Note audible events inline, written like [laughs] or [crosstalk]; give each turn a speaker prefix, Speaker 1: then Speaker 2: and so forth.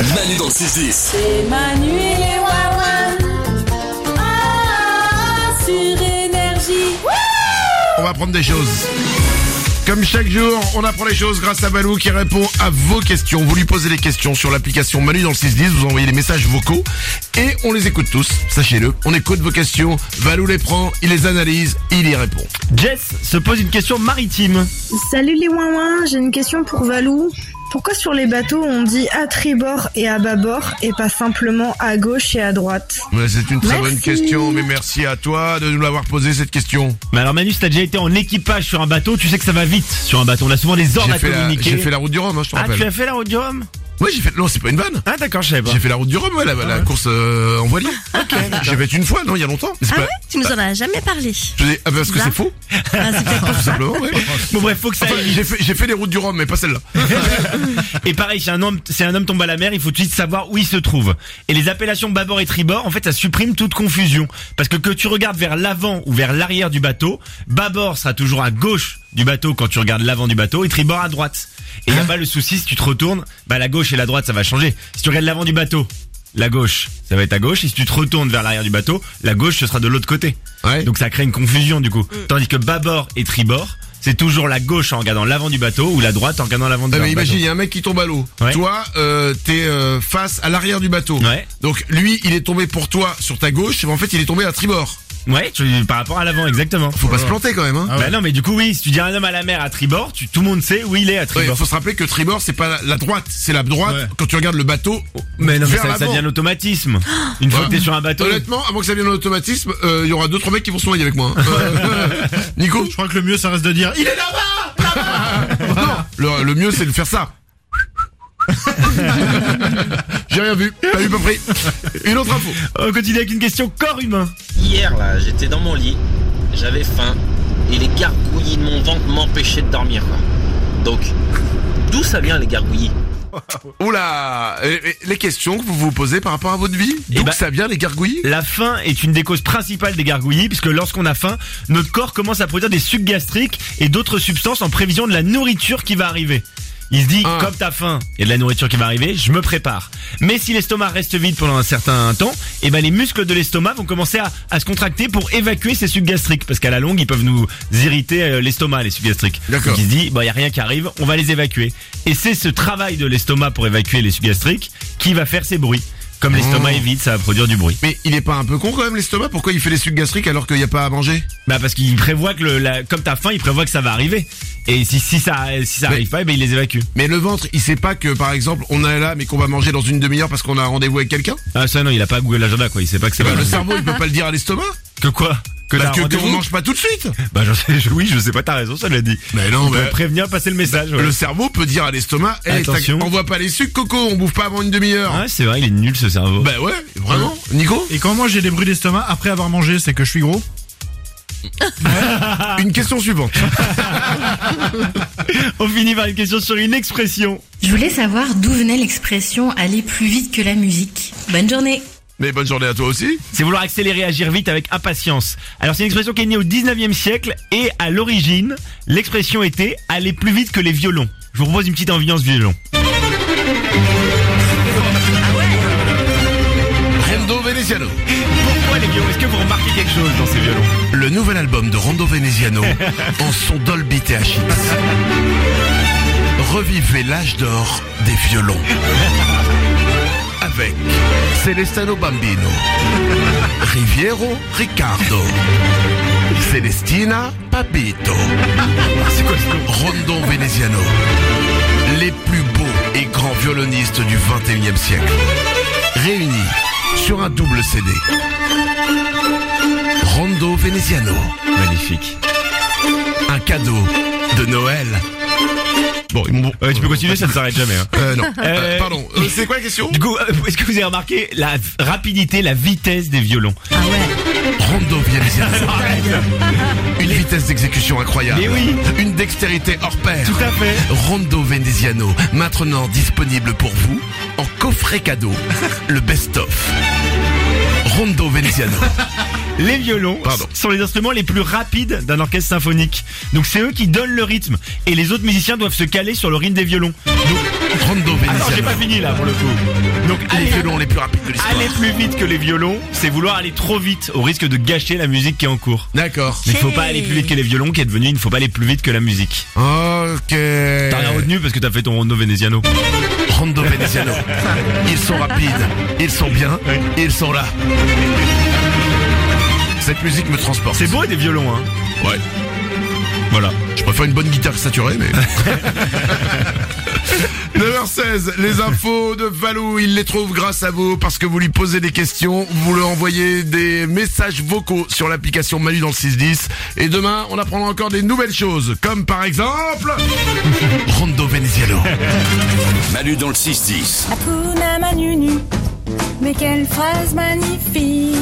Speaker 1: Manu dans le 6-10.
Speaker 2: C'est Manu et Wawan. Ah, ah, ah, sur énergie.
Speaker 3: On va apprendre des choses. Comme chaque jour, on apprend les choses grâce à Balou qui répond à vos questions. Vous lui posez des questions sur l'application Manu dans le 610, vous envoyez les messages vocaux et on les écoute tous, sachez-le. On écoute vos questions, Balou les prend, il les analyse, il y répond.
Speaker 4: Jess se pose une question maritime.
Speaker 5: Salut les ouin j'ai une question pour Valou. Pourquoi sur les bateaux on dit à tribord et à bâbord et pas simplement à gauche et à droite
Speaker 3: Mais C'est une très
Speaker 5: Merci.
Speaker 3: bonne question, mais merci à toi de nous l'avoir posé cette question.
Speaker 4: Mais alors Manu, si t'as déjà été en équipage sur un bateau, tu sais que ça va vite sur un bateau. On a souvent des ordres
Speaker 3: J'ai
Speaker 4: à
Speaker 3: fait, la,
Speaker 4: communiquer.
Speaker 3: j'ai fait la route du Rhum, hein, je te
Speaker 4: ah, tu
Speaker 3: rappelle.
Speaker 4: as fait la route du Rhum
Speaker 3: Oui, j'ai fait. Non, c'est pas une vanne.
Speaker 4: Ah d'accord, je savais pas.
Speaker 3: J'ai fait la route du Rhum, ouais, la, la course euh, en voilier. j'ai fait une fois, non, il y a longtemps. Mais c'est
Speaker 6: Ah
Speaker 7: Bah,
Speaker 3: pas-
Speaker 6: ouais Tu nous en as jamais
Speaker 7: [laughs]
Speaker 6: parlé.
Speaker 3: Je dis, ah, parce que
Speaker 6: Bizarre.
Speaker 3: c'est faux,
Speaker 6: Ah, c'est peut-être pour
Speaker 3: tout
Speaker 6: ça.
Speaker 3: simplement. ouais.
Speaker 4: Bon bref, faut que ça
Speaker 3: Enfin,
Speaker 4: aille vite.
Speaker 3: j'ai fait, j'ai fait les routes du Rhum, mais pas
Speaker 4: [laughs]
Speaker 3: celle-là.
Speaker 4: Et pareil, si un homme, si un homme tombe à la mer, il faut tout de suite savoir où il se trouve. Et les appellations bâbord et tribord, en fait, ça supprime toute confusion. Parce que que tu regardes vers l'avant ou vers l'arrière du bateau, bâbord sera toujours à gauche du bateau quand tu regardes l'avant du bateau et tribord à droite. Et
Speaker 3: Hein
Speaker 4: là bas le souci, si tu te retournes, bah la gauche et la droite, ça va changer. Si tu regardes l'avant du bateau, la gauche, ça va être à gauche. Et si tu te retournes vers l'arrière du bateau, la gauche, ce sera de l'autre côté.
Speaker 3: Ouais. Mm.
Speaker 4: Donc ça crée une confusion du coup. Tandis que bâbord et tribord, c'est toujours la gauche en regardant l'avant du bateau ou la droite en regardant l'avant du
Speaker 3: Ah, mais
Speaker 4: bateau.
Speaker 3: imagine, il y a un mec qui tombe à l'eau.
Speaker 4: Ouais.
Speaker 3: Toi, euh, t'es euh, face à l'arrière du bateau.
Speaker 4: Ouais.
Speaker 3: Donc lui, il est tombé pour toi sur ta gauche, mais en fait, il est tombé à tribord.
Speaker 4: Ouais, tu- par rapport à l'avant, exactement.
Speaker 3: Faut pas se planter quand même. Hein.
Speaker 4: Bah non, mais du coup, oui, si tu dis un homme à la mer à tribord, tu, tout le monde sait où il est à
Speaker 3: Ouais,
Speaker 4: tribord.
Speaker 3: faut se rappeler que tribord, c'est pas la droite, c'est la droite.
Speaker 4: Ouais.
Speaker 3: Quand tu regardes le bateau,
Speaker 4: Mais non, mais
Speaker 3: vers
Speaker 4: ça, ça
Speaker 3: l'avant.
Speaker 4: devient un automatisme. Une fois
Speaker 3: Ouais.
Speaker 4: que t'es sur un bateau.
Speaker 3: Honnêtement, avant que ça vienne dans l'automatisme, euh, il y aura deux trois mecs qui vont se noyer avec moi. hein. Euh, [laughs] Nico,
Speaker 8: Je crois que le mieux, ça reste de dire. Il est là
Speaker 3: le, le mieux c'est de faire
Speaker 4: [laughs]
Speaker 3: ça. J'ai rien vu, pas vu, pas pris. Une autre info.
Speaker 8: Euh,
Speaker 4: On continue avec une question corps humain.
Speaker 9: Hier là, j'étais dans mon lit, j'avais faim et les gargouillis de mon ventre m'empêchaient de dormir quoi. Donc, d'où ça vient les gargouillis
Speaker 3: Oula, euh, euh, les questions que vous vous posez par rapport à votre vie.
Speaker 4: Eh
Speaker 3: Donc
Speaker 4: ben-
Speaker 3: ça vient les gargouilles.
Speaker 4: La faim est une des causes principales des gargouillis, puisque lorsqu'on a faim, notre corps commence à produire des sucs gastriques et d'autres substances en prévision de la nourriture qui va arriver. Il se dit,
Speaker 3: Ah.
Speaker 4: comme t'as faim et de la nourriture qui va arriver, je me prépare. Mais si l'estomac reste vide pendant un certain temps, eh ben les muscles de l'estomac vont commencer à, à se contracter pour évacuer ces sucs gastriques, parce qu'à la longue, ils peuvent nous irriter euh, l'estomac, les sucs gastriques.
Speaker 3: D'accord.
Speaker 4: Donc il se dit, bah y a rien qui arrive, on va les évacuer. Et c'est ce travail de l'estomac pour évacuer les sucs gastriques qui va faire ces bruits. Comme l'estomac
Speaker 3: Oh.
Speaker 4: est vide, ça va produire du bruit.
Speaker 3: Mais il est pas un peu con quand même l'estomac Pourquoi il fait les sucs gastriques alors qu'il n'y a pas à manger
Speaker 4: Bah parce qu'il prévoit que le, la, comme t'as faim, il prévoit que ça va arriver. Et si, si ça si ça
Speaker 3: Mais-
Speaker 4: arrive pas, eh ben il les évacue.
Speaker 3: Mais le ventre, il sait pas que par exemple on est là mais qu'on va manger dans une demi-heure parce qu'on a rendez-vous avec quelqu'un
Speaker 4: Ah ça non, il a pas Google Agenda quoi, il sait pas que
Speaker 3: Eh
Speaker 4: c'est
Speaker 3: ben,
Speaker 4: pas
Speaker 3: Le cerveau, il peut pas le dire à l'estomac
Speaker 4: que quoi [laughs] que
Speaker 3: Bah,
Speaker 4: t'as
Speaker 3: que, que
Speaker 4: rendez-vous
Speaker 3: on mange pas tout de suite
Speaker 4: Bah j'en sais, oui, je sais pas, t'as raison, ça l'a dit.
Speaker 3: Mais non,
Speaker 4: On peut
Speaker 3: mais-
Speaker 4: prévenir, passer le message. ouais.
Speaker 3: Le cerveau peut dire à l'estomac, hey, t'as-
Speaker 4: Attention.
Speaker 3: on voit pas les sucres, coco, on bouffe pas avant une demi-heure.
Speaker 4: Ah, c'est vrai, il est nul ce cerveau.
Speaker 3: Bah ouais, vraiment. Nico,
Speaker 8: Et quand moi j'ai des bruits d'estomac après avoir mangé, c'est que je suis gros.
Speaker 4: Ah.
Speaker 3: une question suivante.
Speaker 4: [laughs] On finit par une question sur une expression.
Speaker 7: Je voulais savoir d'où venait l'expression aller plus vite que la musique. Bonne journée
Speaker 3: Mais bonne journée à toi aussi.
Speaker 4: C'est vouloir accélérer, agir vite avec impatience. Alors c'est une expression qui est née au 19e siècle et à l'origine, l'expression était aller plus vite que les violons. Je vous propose une petite ambiance violon.
Speaker 3: Rendo Veneziano.
Speaker 4: Pourquoi les violons Est-ce que vous remarquez quelque chose dans ces violons
Speaker 3: Le nouvel album de Rando Veneziano en son Dolby THX. Revivez l'âge d'or des violons. Avec Celestano Bambino, Riviero Riccardo, Celestina Papito, Rondo Veneziano, les plus beaux et grands violonistes du 21e siècle, réunis sur un double CD. Rondo Veneziano. Magnifique. Un cadeau de Noël. Bon, ils m'ont-
Speaker 4: Ouais, Euh, tu peux continuer, ça ne s'arrête jamais. hein.
Speaker 3: Euh, non.
Speaker 4: Euh,
Speaker 3: pardon. Euh, c'est quoi la question
Speaker 4: Du coup, euh, est-ce que vous avez remarqué la v- rapidité, la vitesse des violons
Speaker 7: Ah ouais
Speaker 3: Rondo Veneziano. Une vitesse d'exécution incroyable.
Speaker 4: Mais oui.
Speaker 3: Une dextérité hors pair.
Speaker 4: Tout à fait.
Speaker 3: Rondo Veneziano, maintenant disponible pour vous en coffret cadeau. Le best-of. Rondo Veneziano.
Speaker 4: Les violons
Speaker 3: Pardon.
Speaker 4: sont les instruments les plus rapides d'un orchestre symphonique. Donc c'est eux qui donnent le rythme et les autres musiciens doivent se caler sur le rythme des violons.
Speaker 3: Rondo
Speaker 4: Attends, j'ai pas
Speaker 3: Veneziano.
Speaker 4: fini là pour le coup. Donc
Speaker 3: Les
Speaker 4: allez,
Speaker 3: violons les plus rapides de l'histoire.
Speaker 4: aller plus vite que les violons, c'est vouloir aller trop vite au risque de gâcher la musique qui est en cours.
Speaker 3: D'accord.
Speaker 4: Il faut
Speaker 6: Ok.
Speaker 4: pas aller plus vite que les violons qui est devenu il ne faut pas aller plus vite que la musique.
Speaker 3: Ok.
Speaker 4: T'as rien retenu parce que t'as fait ton rondo veneziano.
Speaker 3: Rondo Veneziano. Ils sont rapides, ils sont bien, et ils sont là. Cette musique me transporte.
Speaker 4: C'est beau des violons hein.
Speaker 3: Ouais.
Speaker 4: Voilà.
Speaker 3: Je préfère une bonne guitare saturée, [laughs] mais. 9h16, les infos de Valou, il les trouve grâce à vous parce que vous lui posez des questions, vous lui envoyez des messages vocaux sur l'application Manu dans le 610 et demain on apprendra encore des nouvelles choses comme par exemple Rondo Veneziano.
Speaker 1: Manu dans le 6-10.
Speaker 2: Hakuna Manu nu, mais quelle phrase magnifique.